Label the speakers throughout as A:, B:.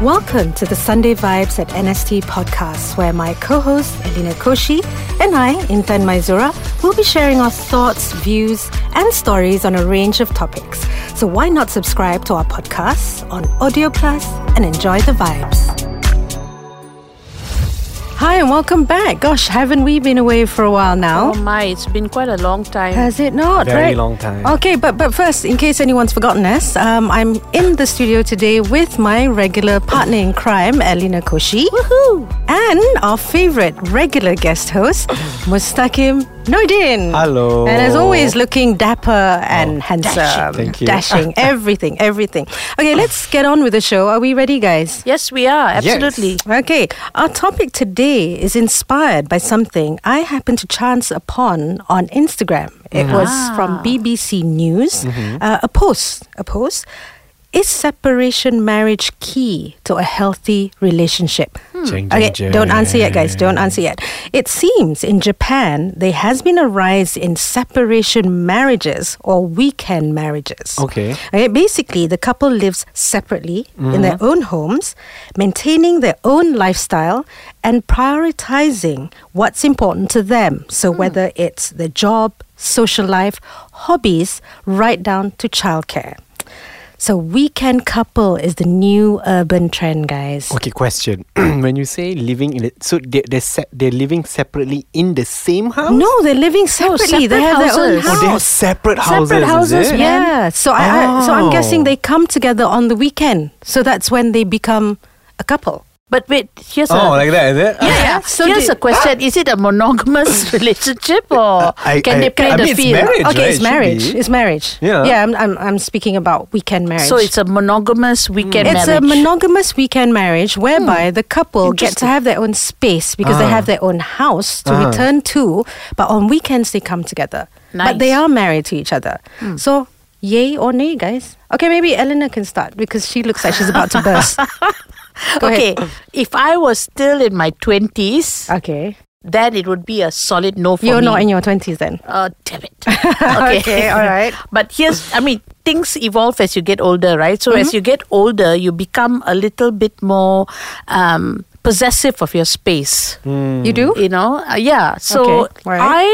A: Welcome to the Sunday Vibes at NST podcast, where my co host Elena Koshi and I, Intan Maizura, will be sharing our thoughts, views, and stories on a range of topics. So why not subscribe to our podcasts on Audio Plus and enjoy the vibes? Hi, and welcome back. Gosh, haven't we been away for a while now?
B: Oh my, it's been quite a long time.
A: Has it not?
C: Very
A: right?
C: long time.
A: Okay, but but first, in case anyone's forgotten us, um, I'm in the studio today with my regular partner in crime, Elena Koshi,
B: Woohoo!
A: and our favorite regular guest host, Mustakim Noidin.
C: Hello. Oh,
A: And as always, looking dapper and handsome, dashing,
C: Thank you.
A: everything, everything. Okay, let's get on with the show. Are we ready, guys?
B: Yes, we are.
C: Yes.
B: Absolutely.
A: Okay, our topic today is inspired by something I happened to chance upon on Instagram. It was from BBC News, uh, a post, a post. Is separation marriage key to a healthy relationship?
C: Jing, jing,
A: Okay,
C: jing.
A: don't answer yet, guys. Don't answer yet. It seems in Japan there has been a rise in separation marriages or weekend marriages.
C: Okay.
A: Okay, basically, the couple lives separately in their own homes, maintaining their own lifestyle and prioritizing what's important to them. So, whether it's their job, social life, hobbies, right down to childcare. So, weekend couple is the new urban trend, guys.
C: Okay, question. when you say living in, the, so they they se- they're living separately in the same house?
A: No, they're living separately. they have
B: separate
A: their own
B: houses.
C: Oh,
A: house.
C: they have separate houses.
B: Separate houses,
C: is it?
B: yeah.
A: Yeah. So I, I so I'm guessing
C: Oh.
A: they come together on the weekend. So that's when they become a couple.
B: But wait, here's
C: Oh,
B: a
C: like that, is it?
B: yeah,
A: Yeah,
B: yeah.
A: so
B: here's
A: the-
B: a question: Is it a monogamous relationship, or
C: I-
B: can
C: I-
B: they play
C: I
B: the
C: mean, it's
B: field?
C: marriage.
A: okay, it's
C: right? It should
A: marriage.
C: be.
A: It's marriage.
C: Yeah.
A: Yeah, I'm, I'm I'm speaking about weekend marriage.
B: So it's a monogamous weekend
A: it's a
B: marriage. Hmm.
A: monogamous weekend marriage whereby the couple get to
B: Interesting.
A: have their own space because
C: Ah.
A: they have their own house to return to, but on weekends they come together. But they
B: Nice. Hmm.
A: are married to each other. So yay or nay, guys? Okay, maybe Eleanor can start because she looks like she's about to burst. Go
B: okay,
A: ahead.
B: if I was still in my twenties,
A: Okay.
B: then it would be a solid no for
A: You're
B: me.
A: not in your twenties then.
B: Oh, damn it. Okay.
A: Okay, all right.
B: But here's, I mean, things evolve as you get older, right? So
A: Mm-hmm.
B: as you get older, you become a little bit more um, possessive of your space.
C: Hmm.
A: You do?
B: You know, Uh, yeah. So
A: Okay, all right.
B: I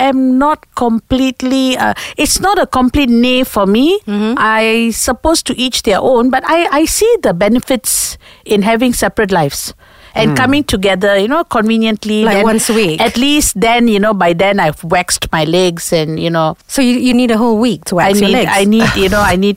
B: am not completely. Uh, it's not a complete nay for me.
A: Mm-hmm.
B: I suppose to each their own, but I I see the benefits in having separate lives. And coming together, you know, conveniently.
A: Hmm. Like once a week.
B: At least then, you know, by then I've waxed my legs and, you know,
A: So you, you need a whole week to
B: I
A: wax
B: need,
A: your legs.
B: I need, you know, I need,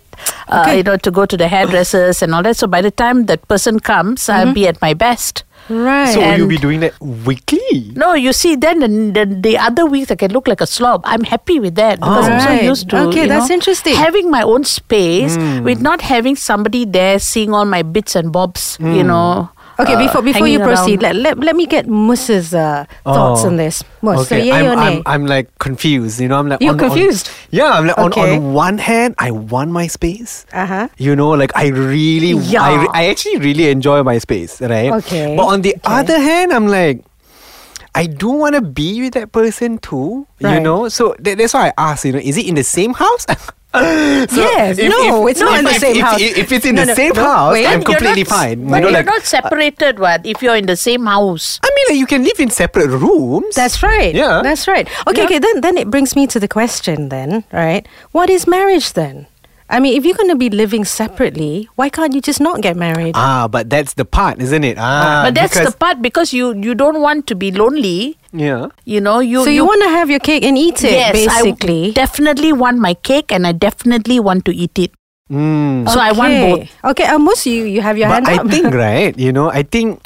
B: uh,
A: Okay.
B: you know, to go to the hairdressers and all that. So by the time that person comes,
A: Mm-hmm.
B: I'll be at my best.
A: right.
C: So will you
B: And-
C: be doing that weekly?
B: No, you see, then the, the, the other weeks I can look like a slob. I'm happy with that because I'm
A: Alright.
B: so used to.
A: Okay,
B: you
A: that's
B: know,
A: interesting.
B: Having my own space
C: Hmm.
B: with not having somebody there seeing all my bits and bobs. You
C: Hmm.
B: know.
A: Okay,
B: uh,
A: before before you
B: hanging
A: proceed,
B: around.
A: let, let, let me get Mus's uh, thoughts
C: Oh.
A: on this. Mus, so
C: Okay,
A: yay
C: I'm,
A: or nay?
C: I'm, I'm like confused. You know, I'm like
A: You're
C: on the- on-
A: confused?
C: yeah, I'm like on,
A: Okay.
C: on the one hand, I want my space.
A: Uh-huh.
C: You know, like I really,
B: Yeah.
C: I, re- I actually really enjoy my space, right?
A: Okay,
C: But on the
A: okay.
C: other hand, I'm like, I do want to be with that person too. You
A: Right.
C: know, so tha- that's why I asked. You know, is it in the same house? So
A: Yes, no, it's not in the
C: if-
A: same
C: if-
A: house.
C: If, if it's in
A: No, no,
C: the same
A: no,
C: house,
A: wait.
C: I'm
B: But you're
C: completely
B: not,
C: fine.
B: But
C: you know,
B: you're
C: like uh,
B: not separated, what? If you're in the same house.
C: I mean, like you can live in separate rooms.
A: That's right.
C: Yeah.
A: That's right. Okay, okay, then then it brings me to the question then, right? What is marriage then? I mean, if you're going to be living separately, why can't you just not get married?
C: Ah, but that's the part, isn't it? Ah,
B: but that's the
C: because-
B: part because you you don't want to be lonely.
C: Yeah.
B: You know, you
A: so you, want to have your cake and eat it
B: yes, I
A: basically.
B: definitely want my cake and I definitely want to eat it.
C: Mm.
B: So I want
A: Okay.
B: both.
A: Okay, Amos, you you have your hand
C: But I
A: up.
C: think, right? You know, I think.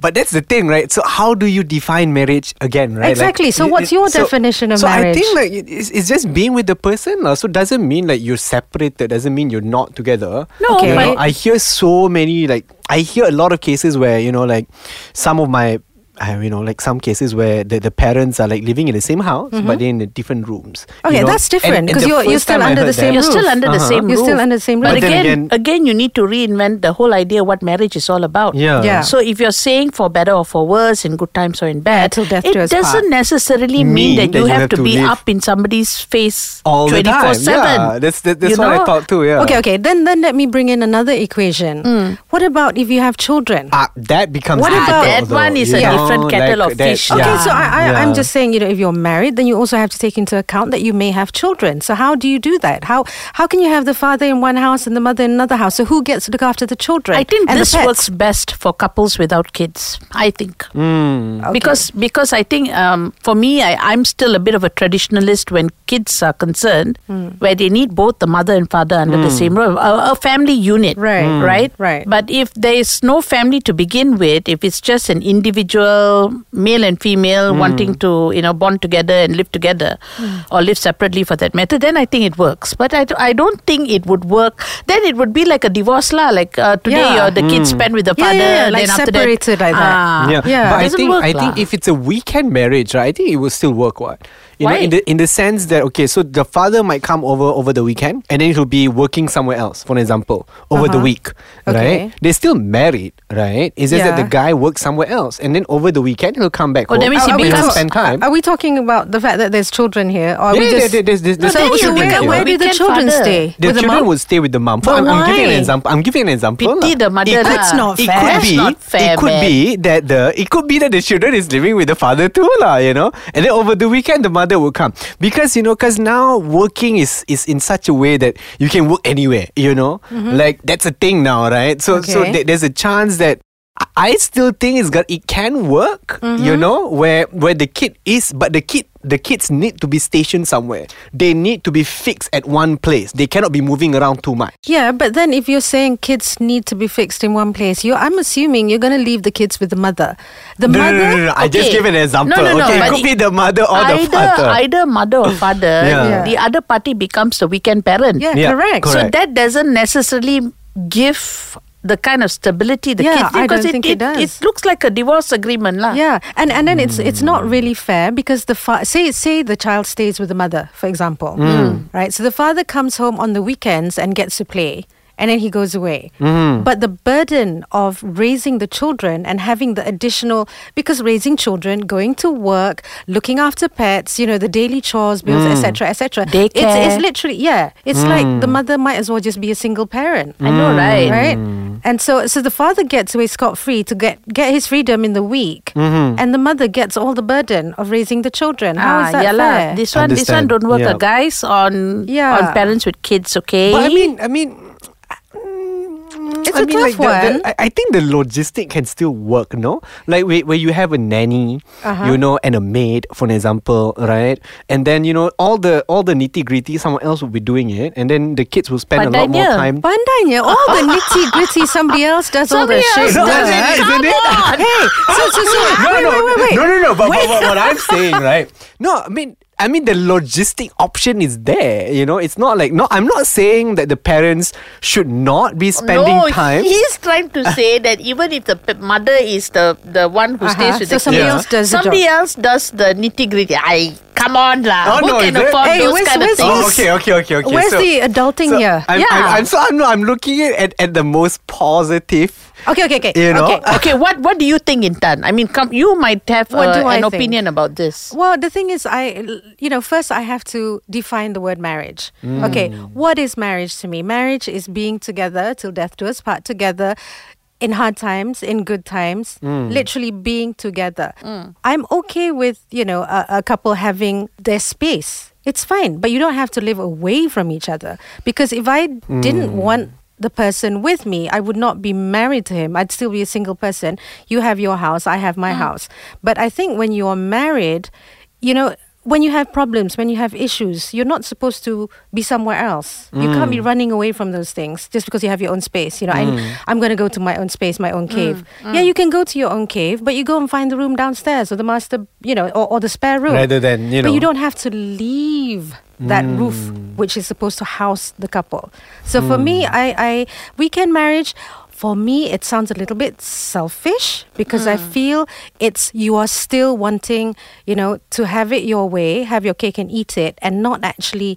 C: But that's the thing, right? So how do you define marriage again, right?
A: Exactly. So
C: you-
A: what's
C: you-
A: your definition of
C: so
A: marriage?
C: I think like it- it's, it's just being with the person. lah. So doesn't mean like you're separated. Doesn't mean you're not together.
B: No,
A: Okay.
C: You know,
B: but
C: I hear so many like I hear a lot of cases where you know like some of my uh, you know, like some cases where the, the parents are like living in the same house, but they're in the different rooms. you
A: Mm-hmm. Okay,
C: know.
A: that's different,
C: And- and
A: 'cause
C: the
A: you're- you're
C: first
A: still
C: time I
A: under
C: heard
A: the same
B: You're
A: roof.
B: still under the
C: Uh-huh.
B: same
A: You're
B: roof.
A: still under the same
B: But
A: roof.
C: But
B: again,
C: then again-
B: again, you need to reinvent the whole idea what marriage is all about.
C: Yeah.
A: Yeah.
B: So if you're saying for better or for worse, in good times or in bad,
A: Till death
B: it
A: do us part.
B: doesn't necessarily mean, that, you, have, to, be
C: live
B: up in somebody's face
C: All the
B: 24
C: time.
B: 7.
C: Yeah, that's, that, that's what I thought too, yeah.
A: Okay, okay. Then then let me bring in another equation.
B: Mm.
A: What about if you have children?
C: Ah, that becomes
B: What
C: difficult,
A: about-
B: that one
C: though,
B: is
C: you
B: a
C: know,
B: different kettle of fish.
A: Okay,
B: Yeah.
A: so I, I,
C: yeah.
A: I'm just saying, you know, if you're married, then you also have to take into account that you may have children. So how do you do that? How how can you have the father in one house and the mother in another house? So who gets to look after the children?
B: I think
A: and the
B: this
A: pets?
B: works best for couples without kids. I think
C: Mm.
A: Okay.
B: because because I think um, for me I, I'm still a bit of a traditionalist when kids are concerned,
A: Hmm.
B: where they need both the mother and father under the same roof, a, a family unit,
A: Right. Mm.
B: right,
A: Right.
B: But if there is no family to begin with, if it's just an individual male and female
A: Hmm.
B: wanting to you know bond together and live together, or live separately for that matter, then I think it works. But I, d- I don't think it would work. Then it would be like a divorce lah, like uh, today
A: Yeah. Hmm.
B: you're the kids spend with the
A: Yeah, yeah,
B: father,
A: yeah,
B: and
A: like
B: then after
A: separated
B: that,
A: like that.
B: Ah,
C: Yeah,
A: Yeah.
C: but I
B: Doesn't
C: think
B: work
C: I
B: lah.
C: think if it's a weekend marriage, right? I think it will still work. What you know,
B: Why?
C: in the in the sense that okay, so the father might come over over the weekend, and then he'll be working somewhere else. For example, over the
A: Uh-huh.
C: week,
A: Okay.
C: right? They're still married, right? It's just that the
A: Yeah.
C: guy works somewhere else, and then over the weekend he'll come back.
B: Oh, that
C: home
B: means he
C: and he'll
B: becomes-
C: spend time.
A: Are we talking about the fact that there's children here? Or are we
C: Yeah,
A: just
C: there- there- there's- there's- there's
A: so,
C: two
A: so
C: children
A: where,
C: here.
A: where do the
B: Weekend
A: children
B: father.
A: stay?
C: the
A: With
C: children
A: mom?
C: will stay with the mom. So
A: But
C: I'm, I'm giving an
A: why?
C: example. I'm giving an example.
B: Pity
C: lah.
B: the mother
C: It could,
A: lah. That's not
C: it
A: fair.
C: could
B: That's
C: be.
B: not fair,
C: it could
B: man.
C: be that the it could be that the children is living with the father too, lah. You know, and then over the weekend the mother will come because you know, because now working is is in such a way that you can work anywhere. You know,
B: Mm-hmm.
C: like that's a thing now, right? So so
A: Okay.
C: there- there's a chance that. I- I still think it's got it can work,
B: Mm-hmm.
C: you know, where where the kid is, but the kid the kids need to be stationed somewhere. They need to be fixed at one place. They cannot be moving around too much.
A: Yeah, but then if you're saying kids need to be fixed in one place, you I'm assuming you're going to leave the kids with the mother. The
C: No, no,
A: mother
C: no, no, no. I just
B: Okay.
C: give an example.
B: No, no, no,
C: okay, it
B: but
C: could
B: it-
C: be the mother or
B: either
C: the father.
B: either mother or father,
C: Yeah.
A: Yeah.
B: the other party becomes the weekend parent.
A: Yeah,
C: Yeah,
A: correct.
C: correct.
B: So that doesn't necessarily give the kind of stability the
A: Yeah,
B: kids need,
A: I don't
B: 'cause
A: think it does.
B: It looks like a divorce agreement, lah.
A: Yeah, and and then it's it's not really fair because the fa- say say the child stays with the mother, for
B: Mm.
A: example, right? So the father comes home on the weekends and gets to play, and then he goes away.
B: Mm-hmm.
A: But the burden of raising the children and having the additional because raising children, going to work, looking after pets, you know, the daily chores, bills, etc., etc. It's
B: Mm. Daycare.
A: it's literally yeah. It's like the mother might as well just be a single parent
B: Hmm. I know, right?
A: right? And so, so the father gets away scot free to get get his freedom in the week,
B: Mm-hmm.
A: and the mother gets all the burden of raising the children. How is
B: Ah,
A: that
B: yeah lah.
A: fair?
B: This one, this one
C: Understand.
B: don't work, uh,
C: Yeah.
B: guys. On
A: Yeah.
B: on parents with kids, okay?
C: But I mean, I mean. mm,
A: It's
C: I
A: a
C: mean, like
A: tough
C: the- the-
A: one.
C: I- I think the logistic can still work, no? Like where, where you have a nanny,
A: Uh-huh.
C: you know, and a maid, for an example, right? And then you know all the all the nitty gritty, someone else will be doing it, and then the kids will spend a lot more
B: Pandainya.
C: time.
A: Pandainya, all the nitty gritty, somebody else does all the
B: Somebody
A: shit.
B: else
C: No,
B: does
A: duh.
B: it.
C: isn't it?
B: Come on.
A: Hey, so so so.
C: no,
A: wait,
C: no,
A: wait, wait, wait.
C: no, no, no. But, but what, what I'm saying, right? No, I mean, I mean, the logistic option is there. You know, it's not like no. I'm not saying that the parents should not be spending
B: no,
C: time.
B: he's trying to say that even if the p- mother is the the one who
A: Uh-huh.
B: stays with
A: So
B: the
A: somebody
B: kid,
A: else does the
B: somebody else does the nitty gritty. I come on lah. who
C: Oh, no,
B: can
C: is it?
B: afford
A: Hey,
B: those
A: where's-
B: kind of
A: where's
B: things?
C: Oh, okay, okay, okay, okay.
A: Where's
C: So-
A: the adulting
C: so
A: here?
C: I'm,
B: Yeah.
C: I'm, I'm, so I'm, not, I'm looking at, at, at the most positive.
A: Okay, okay, okay.
C: You know?
A: Okay.
B: okay, what what do you think, Intan? I mean, come, you might have
A: What
B: uh,
A: do I
B: an
A: think?
B: opinion about this.
A: Well, the thing is, I, you know, first I have to define the word marriage. Okay, what is marriage to me? Marriage is being together till death do us part together. In hard times, in good times, literally being together. I'm okay with, you know, a, a couple having their space. It's fine, but you don't have to live away from each other. Because if I didn't want the person with me, I would not be married to him. I'd still be a single person. You have your house, I have my
C: Mm-hmm.
A: house. But I think when you are married, you know, when you have problems, when you have issues, you're not supposed to be somewhere else. You can't be
C: Mm.
A: running away from those things just because you have your own space. You know, I'm, I'm going to go to my own space, my
C: Mm.
A: own cave. Yeah, you can go to your own cave, but you go and find the room downstairs or the master, you know, or, or the spare room.
C: Rather than, you
A: But you
C: know.
A: don't have to leave that roof which is supposed to house the couple. So for me, I, I weekend marriage. For me, it sounds a little bit selfish because I feel it's you are still wanting, you know, to have it your way, have your cake and eat it, and not actually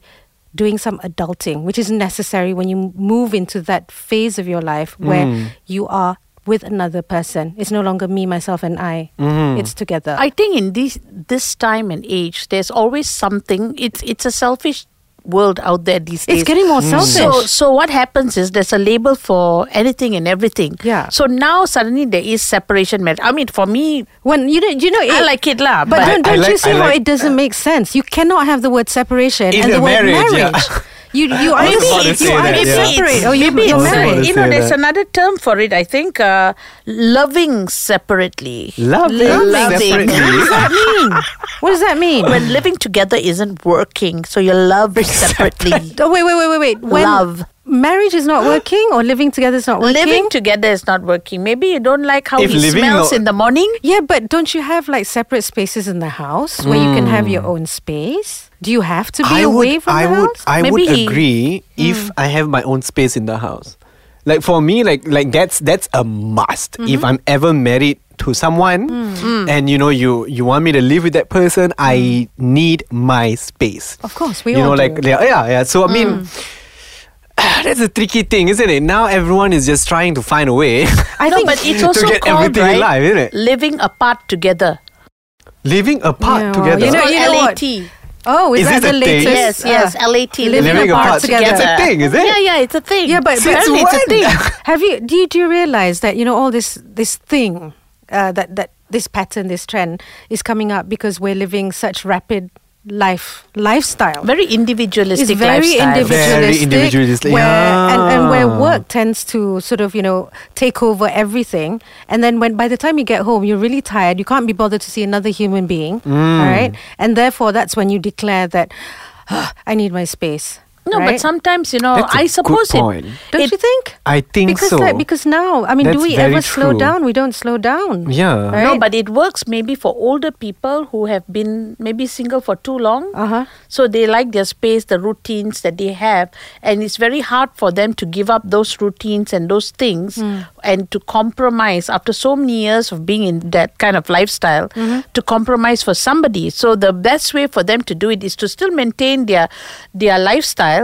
A: doing some adulting, which is necessary when you move into that phase of your life where you are with another person. It's no longer me, myself, and I. It's together.
B: I think in this this time and age, there's always something. It's it's a selfish world out there these days.
A: it's getting more selfish.
B: so so what happens is there's a label for anything and everything.
A: Yeah.
B: So now suddenly there is separation marriage. I mean, for me,
A: when you know, you know,
B: I
A: it-
B: like it lah.
A: But
B: But,
A: don't,
C: I- I
A: don't you
C: like-
A: see
C: I
A: how
C: like-
A: it doesn't make sense? You cannot have the word separation
C: In
A: and the
C: a
A: word
C: marriage,
A: marriage.
C: yeah.
A: You you
C: I was
A: either
C: about to
A: you
C: say that,
A: either
C: yeah.
A: separate or you,
B: maybe
A: you're
B: it's,
C: I was about
A: married.
C: to
B: Oh, you know,
C: say
B: there's
C: that.
B: another term for it. I think uh, loving separately.
C: Loving,
B: Loving.
C: separately.
A: What does that mean? What does that mean?
B: when living together isn't working, so you love separately.
A: Oh, wait, wait, wait, wait, wait. When
B: Love.
A: marriage is not working or living together is not working.
B: Living together is not working. Maybe you don't like how
C: If
B: he
C: living
B: smells
C: no-
B: in the morning.
A: yeah, but don't you have like separate spaces in the house where you can have your own space? Do you have to be
C: Hmm. I
A: away
C: would,
A: from
C: I
A: the
C: would,
A: house? Hmm.
C: I
B: Maybe
C: would
B: he-
C: agree if I have my own space in the house. Like for me, like like that's that's a must.
A: Mm-hmm.
C: If I'm ever married to someone,
A: Mm.
C: and you know you you want me to live with that person, I need my space.
A: Mm. Of course, we
C: you
A: all
C: know like
A: do. Mm.
C: yeah yeah. yeah. So I mean. That's a tricky thing, isn't it? Now everyone is just trying to find a way.
A: I
B: no,
A: think
B: but it's
C: to
B: also
C: get
B: called
C: everything
B: right,
C: alive, isn't it?
B: living apart together.
C: Living
A: Yeah,
C: apart
A: well,
C: together.
A: You know-
B: It's
A: you
B: called
A: know what?
B: LAT.
A: oh, is,
C: Is
A: that
C: this
A: the
C: a thing?
A: latest?
B: Yes,
A: uh,
B: yes, LAT. Living,
A: living apart together.
B: together.
A: It's
C: a thing, is it?
B: Yeah, yeah, it's a thing.
A: Yeah, but, but
C: Since
A: apparently it's a
C: when?
A: thing. Have you do you, do you realize that you know all this this thing uh, that that this pattern this trend is coming up because we're living such rapid life lifestyle.
B: very individualistic
A: it's very
B: lifestyle.
A: individualistic,
C: Very individualistic,
A: Where, and, and where
C: yeah.
A: work tends to sort of you know take over everything, and then when by the time you get home, you're really tired. You can't be bothered to see another human being, all
C: Mm.
A: right? And therefore, that's when you declare that "Ah, I need my space.
B: No,
A: right?
B: but sometimes you know,
C: That's a
B: I
C: good
B: suppose
C: point.
B: it.
A: don't
B: it-
A: you think?
C: I think
A: because
C: so.
A: like, because now, I mean, do
C: That's
A: we
C: very
A: ever slow
C: true.
A: down? We don't slow down.
C: Yeah.
A: Right?
B: No, but it works maybe for older people who have been maybe single for too long.
A: Uh-huh.
B: So they like their space, the routines that they have, and it's very hard for them to give up those routines and those things
A: Hmm.
B: and to compromise after so many years of being in that kind of lifestyle
A: Mm-hmm.
B: to compromise for somebody. So the best way for them to do it is to still maintain their their lifestyle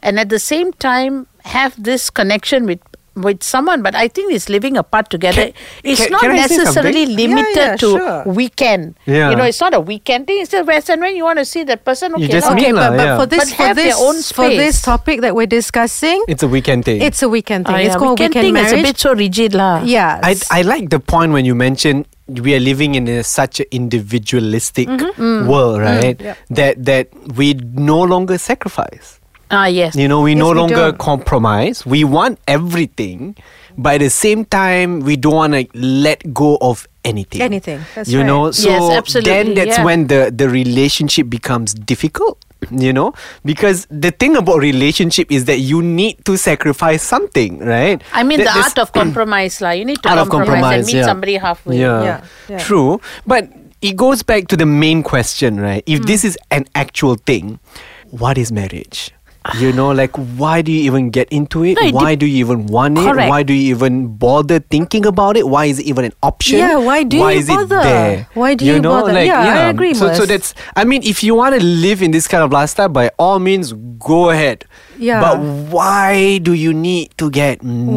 B: and at the same time have this connection with with someone but i think it's living apart together it's
C: can-
B: not
C: can I say
B: necessarily
C: something?
B: limited
A: Yeah, yeah,
B: to
A: sure.
B: weekend
C: Yeah.
B: you know it's not a weekend thing it's just whereas and when you want to see that person okay
C: You just
B: lah,
C: meet
B: okay,
A: okay,
C: lah,
A: but, but
C: yeah.
A: for this
B: But
A: for
B: have their
A: this
B: own
A: for this
B: space.
A: topic that we're discussing,
C: It's a weekend thing.
A: it's a weekend thing.
B: Ah,
A: it's
B: yeah,
A: called Oh, weekend,
B: thing is
A: marriage.
B: a bit so rigid lah.
A: yeah,
C: I, I like the point when you mentioned we are living in a, such an individualistic
A: Mm-hmm.
B: Mm.
C: world, right? That that we no longer sacrifice.
B: ah yes
C: You know, we no
A: Yes, we
C: longer
A: don't.
C: compromise. We want everything, but at the same time, we don't want to let go of anything.
A: Anything, that's
C: you
A: right.
C: know, so
B: Yes, absolutely,
C: then that's
B: yeah.
C: when the the relationship becomes difficult. You know, because the thing about relationship is that you need to sacrifice something, right?
B: i mean
C: That-
B: the
C: there's-
B: art of compromise lah. you need to
C: out of
B: compromise,
C: compromise
B: and meet
C: yeah.
B: somebody halfway
C: Yeah.
A: Yeah, yeah.
C: true. But it goes back to the main question, right? If this is an actual thing, what is marriage? You know, like why do you even get into it?
B: No, it
C: why
B: dep-
C: do you even want it?
B: Correct.
C: Why do you even bother thinking about it? Why is it even an option?
A: Yeah, why do you
C: is it
A: bother?
C: there?
A: Why do you bother? Yeah, I agree,
C: So,
A: Mas.
C: so that's. I mean, if you want to live in this kind of lifestyle, by all means, go ahead.
A: Yeah.
C: But why do you need to get
A: do you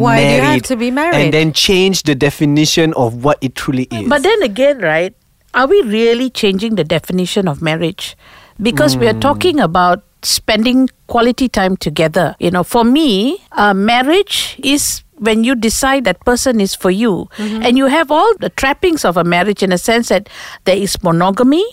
A: have
C: married?
A: to be
C: And
A: married?
C: then change the definition of what it truly is.
B: But then again, right? Are we really changing the definition of marriage? Because we are talking about spending quality time together. You know, for me, uh, marriage is when you decide that person is for you, and you have all the trappings of a marriage in a sense that there is monogamy.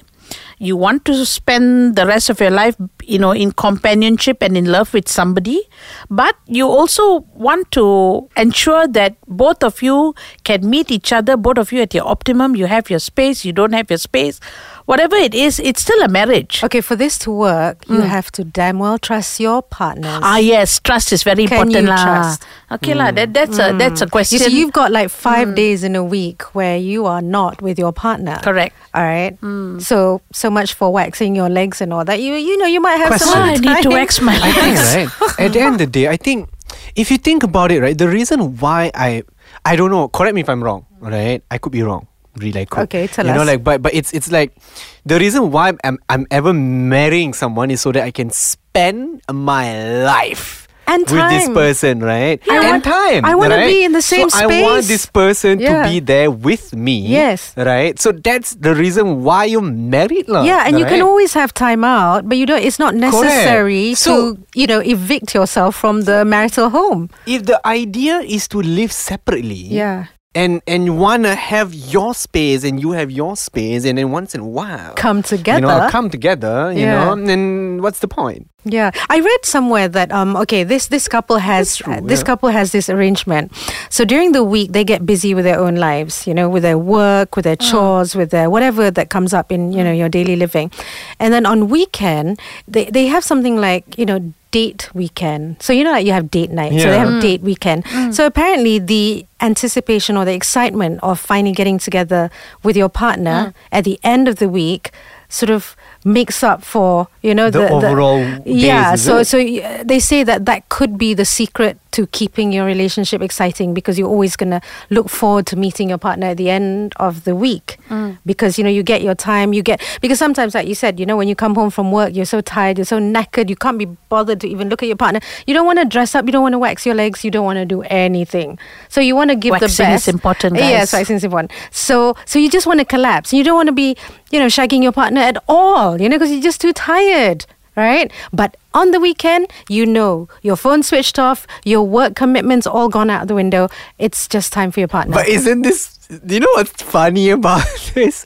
B: You want to spend the rest of your life, you know, in companionship and in love with somebody, but you also want to ensure that both of you can meet each other, both of you at your optimum. You have your space, you don't have your space. Whatever it is, it's still a marriage.
A: okay, for this to work, you have to damn well trust your partners.
B: Ah yes, trust is very
A: Can
B: important
A: you
B: lah.
A: trust? Mm.
B: Okay lah, that, that's a that's a
A: you
B: question.
A: see, you've got like five days in a week where you are not with your partner.
B: Correct.
A: All right. So so much for waxing your legs and all that. You you know you might have
C: Question.
A: some.
B: Ah, I need
A: time.
B: to wax my
C: I think,
B: legs.
C: right? At the end of the day, I think if you think about it, right, the reason why I I don't know. Correct me if I'm wrong. Right? I could be wrong. Really, I could.
A: Okay, tell
C: you know,
A: us.
C: like, but but it's it's like the reason why I'm I'm ever marrying someone is so that I can spend my life.
A: And
C: with this
A: time.
C: person, right?
A: I
C: and
A: want-
C: time.
A: I wanna
C: right?
A: be in the same
C: so I want
A: space.
C: this person
A: Yeah.
C: to be there with me.
A: Yes.
C: Right? So that's the reason why you're married. lah,
A: yeah, and you can
C: right?
A: always have time out, but you know it's not necessary
C: So-
A: to you know evict yourself from the marital home.
C: if the idea is to live separately
A: Yeah,
C: and and you want to have your space and you have your space and then once in a while
A: come
C: you
A: together.
C: know come together you
A: Yeah.
C: know then what's the point
A: Yeah, I read somewhere that um okay this this couple has
C: true,
A: uh, this
C: yeah.
A: couple has this arrangement. So during the week they get busy with their own lives, you know, with their work, with their
C: Oh.
A: chores, with their whatever that comes up in you know your daily living, and then on weekend they they have something like you know date weekend. So you know like you have date night, so they
C: Yeah.
A: have
C: Mm.
A: date weekend. So apparently the anticipation or the excitement of finally getting together with your
C: Mm.
A: partner at the end of the week sort of makes up for you know
C: The overall
A: yeah
C: days, is
A: so
C: it?
A: so y- they say that that could be the secret to keeping your relationship exciting because you're always going to look forward to meeting your partner at the end of the week
B: Mm.
A: because you know you get your time you get because sometimes like you said you know when you come home from work you're so tired you're so knackered you can't be bothered to even look at your partner you don't want to dress up you don't want to wax your legs you don't want to do anything so you want to give
B: Waxing
A: the best
B: is important,
A: yes
B: guys.
A: waxing is important so so you just want to collapse you don't want to be you know shagging your partner at all you know because you're just too tired right but on the weekend you know your phone switched off your work commitments all gone out the window it's just time for your partner
C: but isn't this you know what's funny about this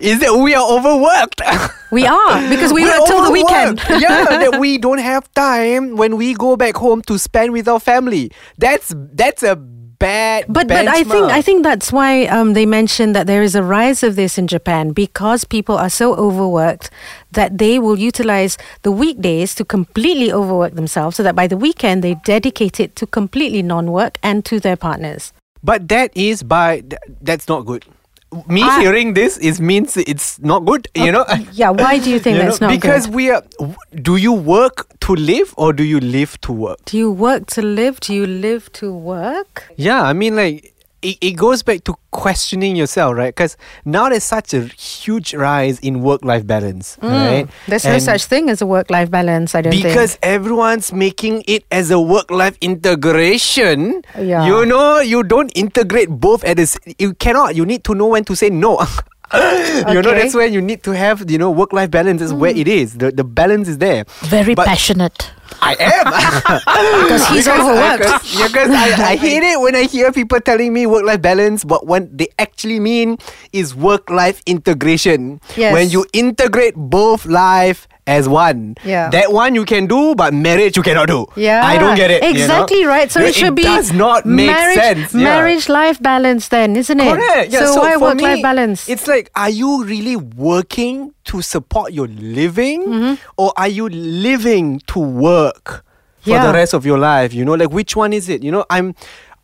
C: is that we are overworked
A: we are because we
C: We're
A: work till the weekend
C: overworked. yeah, that we don't have time when we go back home to spend with our family. That's that's a bad.
A: But but I think
C: benchmark.
A: I think that's why um, they mentioned that there is a rise of this in Japan because people are so overworked that they will utilize the weekdays to completely overwork themselves so that by the weekend they dedicate it to completely non-work and to their partners.
C: But that is by th- that's not good. Me
A: I-
C: hearing this is means it's not good. You know.
A: Yeah, why do you think
C: You
A: that's
C: know,
A: not
C: because
A: good?
C: we are. w- Do you work to live or do you live to work?
A: Do you work to live? Do you live to work?
C: Yeah, I mean, like, it, it goes back to questioning yourself, right? Because now there's such a huge rise in work life balance, right?
A: There's no
C: And
A: such thing as a work-life balance. I don't
C: because
A: think.
C: everyone's making it as a work life integration
A: Yeah.
C: you know you don't integrate both at this you cannot you need to know when to say no you know
A: Okay. Mm.
C: that's where you need to have you know work life balance is where it is the, the balance is there
B: Very
C: But-
B: passionate.
C: i am
A: because he's overworked.
C: because I, I hate it when i hear people telling me work life balance but what they actually mean is work life integration
A: Yes.
C: when you integrate both life as one
A: Yeah.
C: that one you can do but marriage you cannot do
A: Yeah,
C: I don't get it. you know?
A: Exactly right. So
C: You know,
A: it should be
C: does not make
A: marriage,
C: sense. yeah.
A: Marriage life balance, then, isn't it?
C: Correct. Yeah,
A: Eh, so,
C: so
A: why
C: for
A: work life
C: me,
A: balance?
C: It's like, are you really working to support your living,
A: Mm-hmm.
C: or are you living to work for the
A: Yeah.
C: rest of your life? You know, like which one is it? You know, I'm.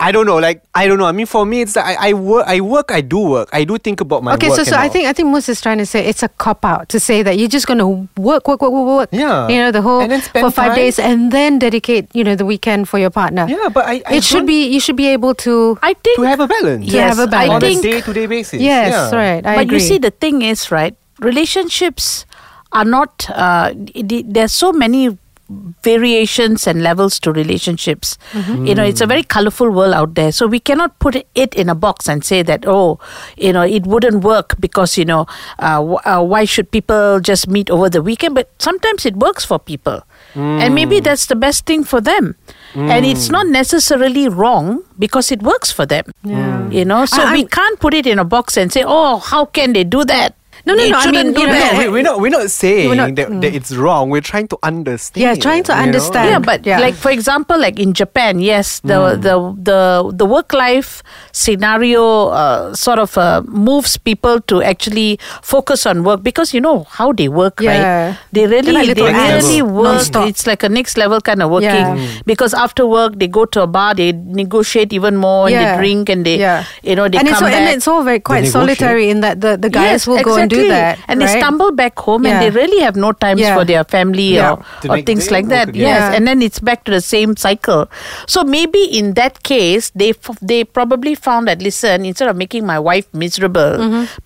C: I don't know. Like I don't know. I mean, for me, it's like I, I work. I work. I do work. I do think about my
A: okay,
C: work.
A: so so
C: and
A: I
C: all.
A: think I think Moose is trying to say it's a cop out to say that you're just going to work, work, work, work, work.
C: Yeah.
A: you know the whole
C: And then spend
A: for five
C: time.
A: days, and then dedicate you know the weekend for your partner.
C: Yeah, but I. I
A: it should
C: don't-
A: be you should be able to.
B: I think
C: to have a balance.
A: Yeah, have a
B: I
A: balance.
C: on a
B: think-
C: day-to-day basis.
A: yes,
C: yeah.
A: right. I
B: but
A: agree.
B: you see, the thing is, right? Relationships are not. Uh, d- d- there's so many variations and levels to relationships.
A: Mm-hmm.
B: You know, it's a very colorful world out there, so we cannot put it in a box and say that oh, you know, it wouldn't work because you know, uh, w- uh, why should people just meet over the weekend? But sometimes it works for people,
A: Mm.
B: and maybe that's the best thing for them. And it's not necessarily wrong because it works for them.
A: Yeah.
B: You know, so
A: I-
B: we
A: I'm-
B: can't put it in a box and say, "Oh, how can they do that?"
A: No, no,
B: They
A: no, I mean,
B: shouldn't do
A: you know,
B: that.
C: No, we, we're not. We're not saying
A: not- mm.
C: that, that it's wrong. We're trying to understand.
A: Yeah, trying to
C: you know?
A: understand.
B: yeah, but
A: Yeah. Hmm.
B: like for example, like in Japan, yes, the the the the work life scenario uh, sort of uh, moves people to actually focus on work because you know how they work,
A: Yeah.
B: right? They
A: They're
B: really
A: like
B: they
A: little
C: ants,
B: really work.
A: non-stop.
B: It's like a next level kind of working
A: Yeah. Mm.
B: because after work they go to a bar, they negotiate even more, and
A: Yeah.
B: they drink, and they
A: Yeah.
B: you know they
A: and
B: come
A: it's all,
B: back.
A: and it's all very quite
C: negotiate.
A: solitary in that the, the guys
B: Yes,
A: will go and do that.
B: And they
A: right?
B: stumble back home and
A: Yeah.
B: they really have no time
A: Yeah.
B: for their family
A: Yeah.
B: or,
C: The
B: or
C: next
B: things
C: day,
B: like
C: work
B: that.
C: again.
B: Yes.
A: Yeah.
B: And then it's back to the same cycle. So maybe in that case, they f- they probably found that, listen, instead of making my wife miserable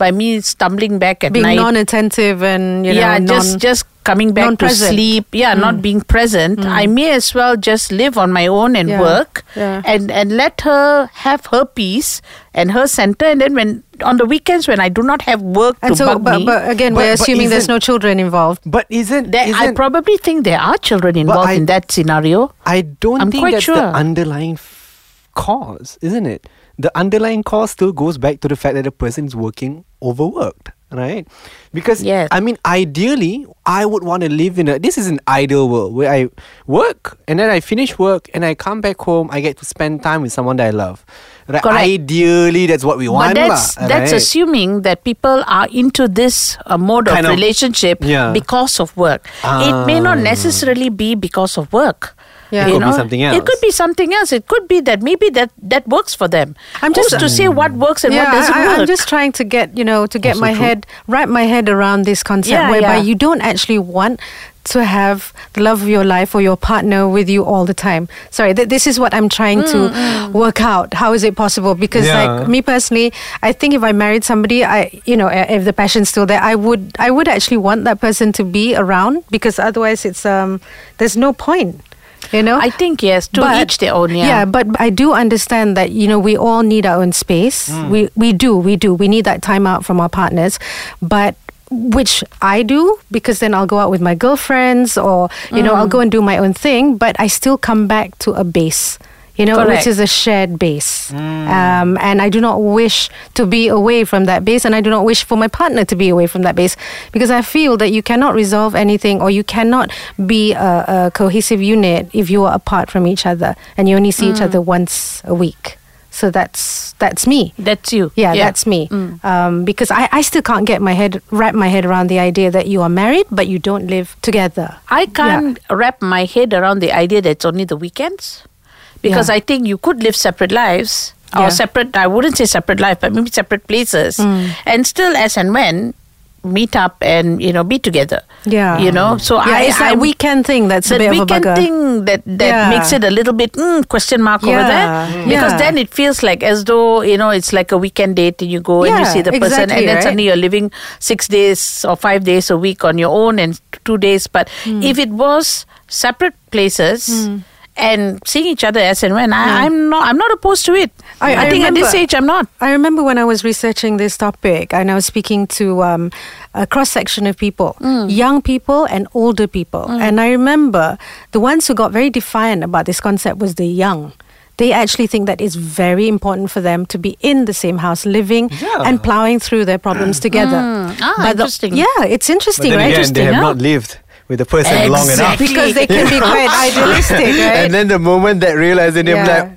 B: by me stumbling back at
A: Mm-hmm. being
B: night.
A: non-attentive and you know,
B: yeah,
A: non-
B: just just coming back to
A: non-present. Mm.
B: sleep. Yeah, not being present. I may as well just live on my own and
A: Yeah,
B: work,
A: yeah.
B: and and let her have her peace and her center. And then when on the weekends when I do not have work
A: and
B: to
A: so,
B: bug
A: but,
B: me,
A: but again,
C: But-
A: we're
C: but
A: assuming there's
C: isn't-
A: no children involved.
C: But isn't,
B: there, I
C: isn't-
B: probably think there are children involved
C: I-
B: in that scenario.
C: I don't
B: I'm
C: think
B: quite
C: that's
B: sure.
C: the underlying f- cause, isn't it? The underlying cause still goes back to the fact that the person is working overworked, right? Because
B: Yes.
C: I mean, ideally, I would want to live in a. This is an ideal world where I work and then I finish work and I come back home. I get to spend time with someone that I love. Right?
B: Correct.
C: Ideally, that's what we
B: But
C: want.
B: that's
C: lah,
B: that's
C: right?
B: assuming that people are into this uh, mode
C: Kind
B: of
C: of-
B: relationship
C: yeah.
B: because of work. it may not
C: Ah.
B: necessarily be because of work.
A: Yeah. It
B: You
A: could
C: be
B: know,
C: something
B: It could
C: else.
B: be something else. It could be that maybe that that works for them.
A: I'm
B: I'm
A: just-
B: just to say what works and what doesn't
A: I, I,
B: work.
A: I'm just trying to get you know to get
C: Also
A: my
C: true.
A: head wrap my head around this concept
B: Yeah,
A: whereby
B: yeah.
A: you don't actually want to have the love of your life or your partner with you all the time. Sorry, th- this is what I'm trying
B: Mm,
A: to work out. How is it possible? Because
C: Yeah.
A: like me personally, I think if I married somebody, I you know i- if the passion's still there, I would I would actually want that person to be around because otherwise it's um there's no point. You know,
B: I think yes, to
A: but-
B: each their own. Yeah.
A: but I do understand that you know we all need our own space. We we do, we do. We need that time out from our partners, but which I do because then I'll go out with my girlfriends or you know I'll
B: Hmm.
A: go and do my own thing, but I still come back to a base. You know, which
B: Correct.
A: is a shared base. Um, and I do not wish to be away from that base, and I do not wish for my partner to be away from that base because I feel that you cannot resolve anything or you cannot be a, a cohesive unit if you are apart from each other and you only see
B: Mm.
A: each other once a week. So that's that's me.
B: That's you.
A: Yeah, that's me.
B: Mm.
A: Um, because I, I still can't get my head wrap my head around the idea that you are married but you don't live together.
B: I can't wrap my head around the idea that it's only the weekends because
A: Yeah.
B: I think you could live separate lives
A: Yeah.
B: or separate, I wouldn't say separate life, but maybe separate places
A: Mm.
B: and still as and when meet up and, you know, be together.
A: Yeah.
B: You know, so
A: Yeah,
B: I.
A: it's that
B: I'm-
A: weekend thing that's a
B: that
A: bit of a
B: weekend
A: bugger.
B: thing that, that
A: Yeah.
B: makes it a little bit mm, question mark over
A: Yeah.
B: there
A: Mm.
B: because
A: Yeah.
B: then it feels like as though you know it's like a weekend date and you go and you
A: Yeah,
B: see the person
A: exactly,
B: and then
A: right?
B: suddenly you're living six days or five days a week on your own and t- two days but
A: Hmm.
B: if it was separate places and seeing each other as and when I, I'm not I'm not opposed to it
A: Hmm. I- I
B: think at this
A: remember-
B: age I'm not
A: I remember when I was researching this topic and I was speaking to um, a cross section of people, young people and older people. And I remember the ones who got very defiant about this concept was the young. They actually think that it's very important for them to be in the same house, living
C: Yeah.
A: and plowing through their problems together.
B: Ah,
A: But the-
B: interesting.
A: yeah, it's interesting,
C: But then
A: right?
C: again, they
B: Interesting,
C: have
B: huh?
C: not lived with the person long enough.
B: Exactly.
A: because they can be quite idealistic, right?
C: And then the moment that realizing him,
A: Yeah.
C: like,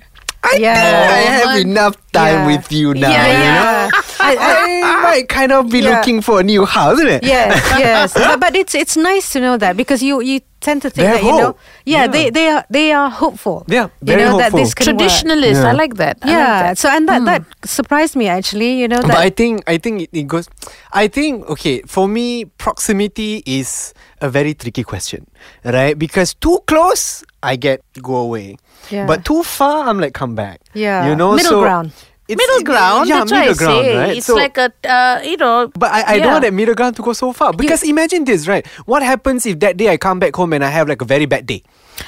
C: I
A: Yeah.
C: think I have
B: Yeah.
C: enough time
A: Yeah.
C: with you now.
B: Yeah,
C: you know?
A: yeah. I- I-
C: I might kind of be
A: Yeah.
C: looking for a new house, isn't it?
A: yes, yes. But, but it's it's nice to know that because you you tend to think
C: They
A: that
C: have
A: you know
C: hope.
A: yeah,
C: Yeah.
A: they they are they are hopeful.
C: Yeah,
A: you
C: very
A: know that
C: hopeful.
A: this can work.
B: traditionalist I
C: Yeah.
B: like that I like
A: Yeah.
B: that. Hmm.
A: So and that that surprised me actually. You know that.
C: But I think I think it, it goes. I think okay for me proximity is a very tricky question, right? Because too close, I get go away.
A: Yeah.
C: But too far, I'm like come back.
A: Yeah.
C: you know
A: Middle
C: so
A: ground.
C: it's-
B: middle
C: it-
B: ground
C: Yeah,
B: that's
C: middle
B: what I
C: ground,
B: say
C: right?
B: it's
C: So-
B: like a uh, you know
C: But I, I
B: yeah.
C: don't want that middle ground to go so far because imagine this, right? What happens if that day I come back home and I have like a very bad day?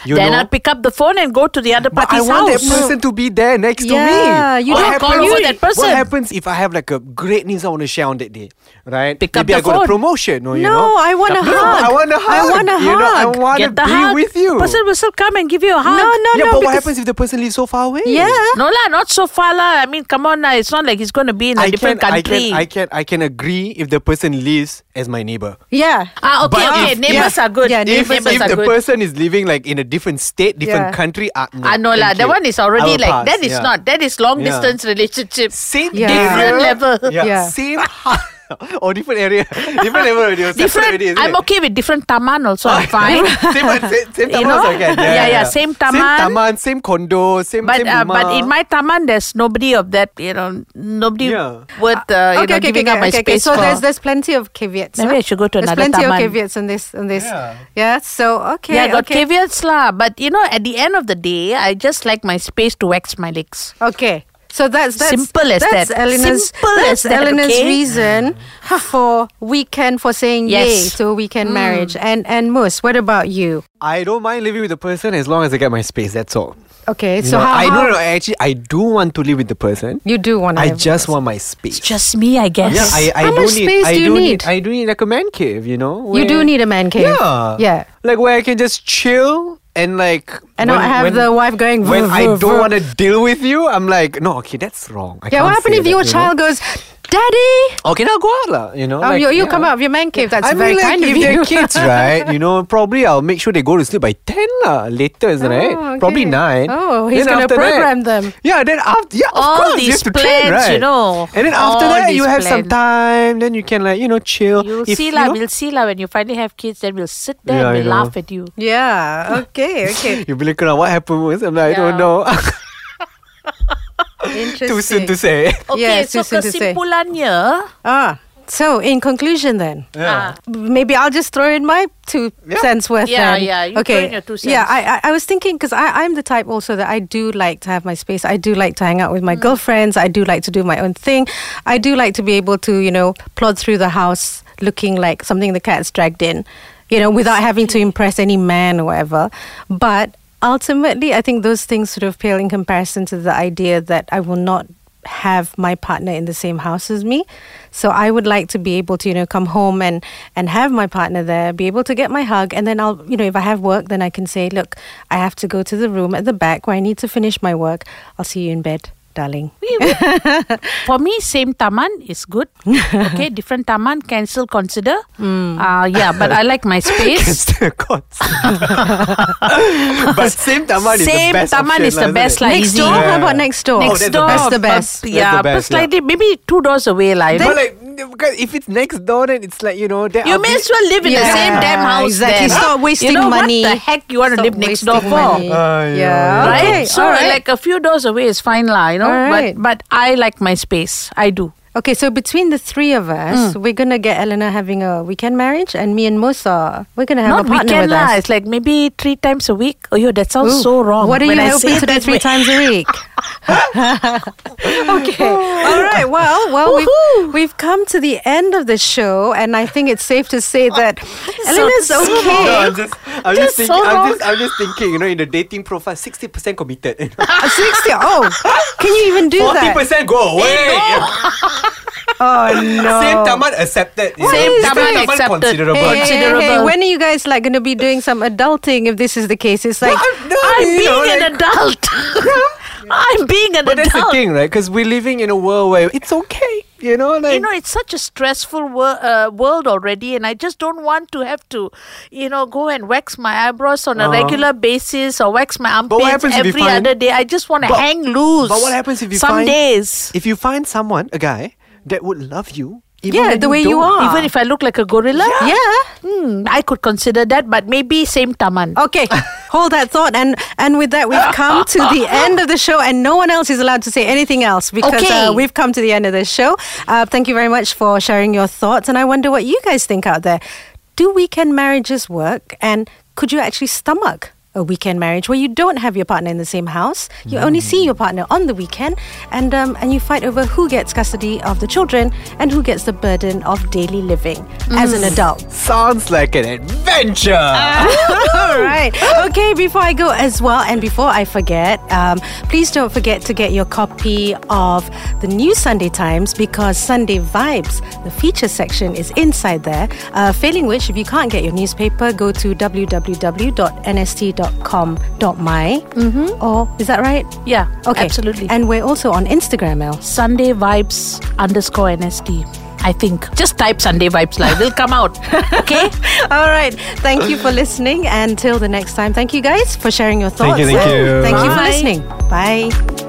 C: You
B: then
C: know?
B: I'll pick up the phone and go to the other
C: but I
B: party's
C: want
B: house.
C: that person to be there next
A: Yeah,
C: to me.
A: you
C: What
A: don't
C: happens-
B: call over that person.
C: What happens if I have like a great news I want to share on that day, right?
B: Pick up
C: Maybe I
B: the
C: got
B: phone.
C: a promotion, or you
A: No,
C: know?
A: I want a
C: No, but I
A: hug.
C: want a
A: I
C: hug.
A: want a
C: You know, I
A: hug.
C: want
B: Get
C: to
B: the
C: be
B: hug.
C: with you.
B: Person will still come and give you a hug.
A: no, no,
C: yeah,
A: no.
C: but what
A: because-
C: happens if the person lives so far away?
A: Yeah.
B: No lah, not so far lah. I mean, come on lah. It's not like he's going to be in a
C: I can,
B: different
C: I
B: country.
C: can, I can, I can agree if the person lives as my neighbor.
A: Yeah.
B: ah, okay,
C: But
B: okay.
C: if-
B: neighbors
A: yeah.
B: are good.
A: Yeah,
C: if,
B: neighbors
C: if
B: are
C: the
B: good.
C: person is living like in a different state,
A: Yeah.
C: different country, ah no,
B: ah, no lah.
C: thank
B: That
C: you.
B: one is
C: I
B: already
C: will
B: like
C: pass,
B: that. Is
C: yeah.
B: not that is long
C: Yeah.
B: distance relationship.
C: same
A: Yeah.
C: different
B: Different level.
C: Yeah,
A: Yeah.
C: same. or different area, different level already. or separate
B: Different.
C: already, isn't
B: I'm
C: it?
B: okay with different taman also. I'm fine.
C: same, same, same
B: You
C: taman
B: know?
C: also can. Yeah,
B: Yeah, yeah, same
C: Same
B: taman.
C: taman, same condo, same
B: But
C: same
B: uh,
C: rumah.
B: but in my taman, there's nobody of that. You know, nobody
C: Yeah.
B: worth uh, you know giving up my space
A: So
B: for.
A: there's there's plenty of caveats.
B: Maybe
A: huh?
B: I should go to
A: There's
B: another
A: plenty of
B: taman.
A: caveats in this in this.
C: Yeah.
A: Yeah. So okay.
B: yeah, I got
A: okay.
B: caveats lah. But you know, at the end of the day, I just like my space to wax my legs.
A: Okay. So that's that's
B: Simple as
A: that's
B: that.
A: Eleanor's,
B: Simple
A: that's
B: as that,
A: Eleanor's
B: okay?
A: reason for weekend for saying yay
B: Yes. Hmm.
A: to weekend marriage. And and Moose, what about you?
C: I don't mind living with the person as long as I get my space. That's all.
A: Okay,
C: You
A: so
C: know,
A: how,
C: I
A: how
C: no, no, no, actually I do want to live with the person.
A: you do want
C: I just want my space.
B: It's just me, I guess.
C: yeah, I, I
A: How
C: do
A: much
C: need,
A: space
C: I
A: do you
C: need?
A: need?
C: I do need like a man cave, you know.
A: You do
C: where-
A: need a man cave.
C: Yeah.
A: Yeah.
C: Like where I can just chill and like
A: And not have the wife going
C: when
A: "Vroom,
C: I
A: vroom,
C: don't
A: vroom."
C: want to deal with you, I'm like, no, okay, that's wrong. I
A: Yeah,
C: can't
A: what happened if
C: say that,
A: your
C: you know?
A: child goes, Daddy?
C: Okay, now go out, lah. You know.
A: Oh,
C: like,
A: you, you
C: yeah.
A: come out of your man cave. That's
C: I
A: very
C: mean, like,
A: kind of
C: if
A: you.
C: they're kids, right? You know, probably I'll make sure they go to sleep by ten lah, later, isn't
A: Oh,
C: it? Probably
A: okay.
C: nine.
A: Oh, he's
C: Then
A: gonna
C: after
A: program them.
C: Yeah, then after yeah,
B: All
C: of course you
B: these
C: have to train,
B: plans,
C: right?
B: you know.
C: And then after
B: All
C: that,
B: these
C: you have some
B: plans.
C: time. Then you can like you know chill.
B: You'll
C: If,
B: see
C: you
B: lah.
C: know-
B: We'll see lah. When you finally have kids, then we'll sit there
C: Yeah, I
B: and we'll
C: know.
B: laugh at you.
A: yeah, okay, okay.
C: You'll be like, "Kunal, what happened was? I'm like, I don't
B: Yeah.
C: know.
A: Interesting.
C: Too soon to say.
B: Okay,
A: Yes, too
B: so
A: soon to say.
B: kesimpulannya,
A: Ah, so in conclusion then.
B: ah,
A: maybe I'll just throw in my two
C: Yeah.
A: cents worth.
B: Yeah,
A: then.
B: yeah, you
A: okay.
B: throw in your two cents.
A: Yeah, I, I, I was thinking because I, I'm the type also that I do like to have my space. I do like to hang out with my
B: Mm.
A: girlfriends. I do like to do my own thing. I do like to be able to, you know, plod through the house looking like something the cat's dragged in, you know, without having to impress any man or whatever. But ultimately, I think those things sort of pale in comparison to the idea that I will not have my partner in the same house as me. So I would like to be able to, you know, come home and and have my partner there, be able to get my hug, and then I'll, you know, if I have work, then I can say, look, I have to go to the room at the back where I need to finish my work. I'll see you in bed, darling.
B: for me, same taman is good. Okay, different taman, cancel, consider. Uh, yeah, but I like my space.
C: Still cons. but same taman is the
B: Same
C: best
B: taman
C: option
B: is the
C: lah,
B: best
C: isn't it?
B: lah,
A: next
B: easy.
A: door?
C: Yeah.
A: How about next door?
C: Next
B: Next
C: Oh, that's the
B: door,
A: That's the
B: but-
A: best.
C: the
B: Yeah, but
C: best, yeah.
B: slightly maybe two doors away, like.
C: But like, because if it's next door, then it's like you know. Then
B: You
C: I'll
B: may
C: be-
B: as well live in the
A: Yeah,
B: same damn house.
A: exactly.
B: Then.
A: Stop wasting
B: you know,
A: money.
B: What the heck you want to
A: Stop
B: live next door
A: wasting
B: for?
A: money.
C: Ah, yeah,
A: yeah.
C: yeah.
B: Right?
A: Okay.
B: so
A: all right.
B: like a few doors away is fine, lah. You know.
A: All right.
B: But but I like my space. I do.
A: Okay, so between the three of
B: Mm.
A: us, we're gonna get Eleanor having a weekend marriage, and me and Musa, we're gonna have
B: Not
A: a partner
B: weekend
A: with
B: lah.
A: us.
B: It's like maybe three times a week. Oh, yo, that
A: Ooh,
B: sounds so wrong.
A: What are
B: when
A: you
B: I
A: hoping
B: say
A: to do
B: that
A: three
B: way.
A: times a week? okay.
B: Oh.
A: All right. Well, well, we've, we've come to the end of the show, and I think it's safe to say that Elena's
B: so
A: okay.
C: No, I'm just, I'm
B: Just
C: just, thinking.
B: so
C: I'm
B: wrong.
C: just, I'm just thinking. You know, in the dating profile, sixty percent committed.
A: Uh, Sixty. Oh, can you even do
C: Forty
A: that?
C: percent go away.
A: Oh no.
C: Same taman accepted. you know.
A: Same
C: Different
A: taman
B: accepted.
C: considerable.
A: Hey, hey, hey, hey,
B: Considerable.
A: when are you guys like going to be doing some adulting? If this is the case, it's like
C: I'm, no,
B: I'm
C: you
B: being
C: know, like-
B: an adult. I'm being an
C: But that's the
B: adult.
C: thing, right? Because we're living in a world where it's okay, you know. Like
B: You know, it's such a stressful wor- uh, world already, and I just don't want to have to, you know, go and wax my eyebrows on a
C: Uh-huh.
B: regular basis or wax my
C: what
B: armpits
C: happens if you
B: every
C: find-
B: other day. I just want to
C: But-
B: hang loose.
C: but what happens if you
B: some
C: find-
B: days?
C: if you find someone, a guy that would love you, even
A: Yeah,
C: when
A: the way you
C: don't.
A: are.
B: Even if I look like a gorilla,
A: yeah.
B: Hmm, I could consider that, but maybe same taman.
C: Oh.
A: Okay, hold that thought, and and with that, we've come to the end of the show, and no one else is allowed to say anything else because
B: Okay.
A: uh, we've come to the end of the show. Uh, thank you very much for sharing your thoughts, and I wonder what you guys think out there. Do weekend marriages work, and could you actually stomach? A weekend marriage where you don't have your partner in the same house, you only see your partner on the weekend, and um, and you fight over who gets custody of the children and who gets the burden of daily living as an adult.
C: Sounds like an adventure.
A: All right. Okay, before I go as well, and before I forget, um, please don't forget to get your copy of the new Sunday Times because Sunday Vibes, the feature section, is inside there. Uh, failing which, if you can't get your newspaper, go to www.nst.com.my. Mm-hmm. Or, is that right?
B: Yeah,
A: Okay.
B: absolutely.
A: And we're also on Instagram, El.
B: Sunday vibes underscore NST. I think just type Sunday vibes live. It'll come out. Okay.
A: All right. Thank you for listening. Until the next time, thank you guys for sharing your thoughts.
C: Thank you,
A: And
C: thank you.
A: Thank you for
B: Bye.
A: listening. Bye.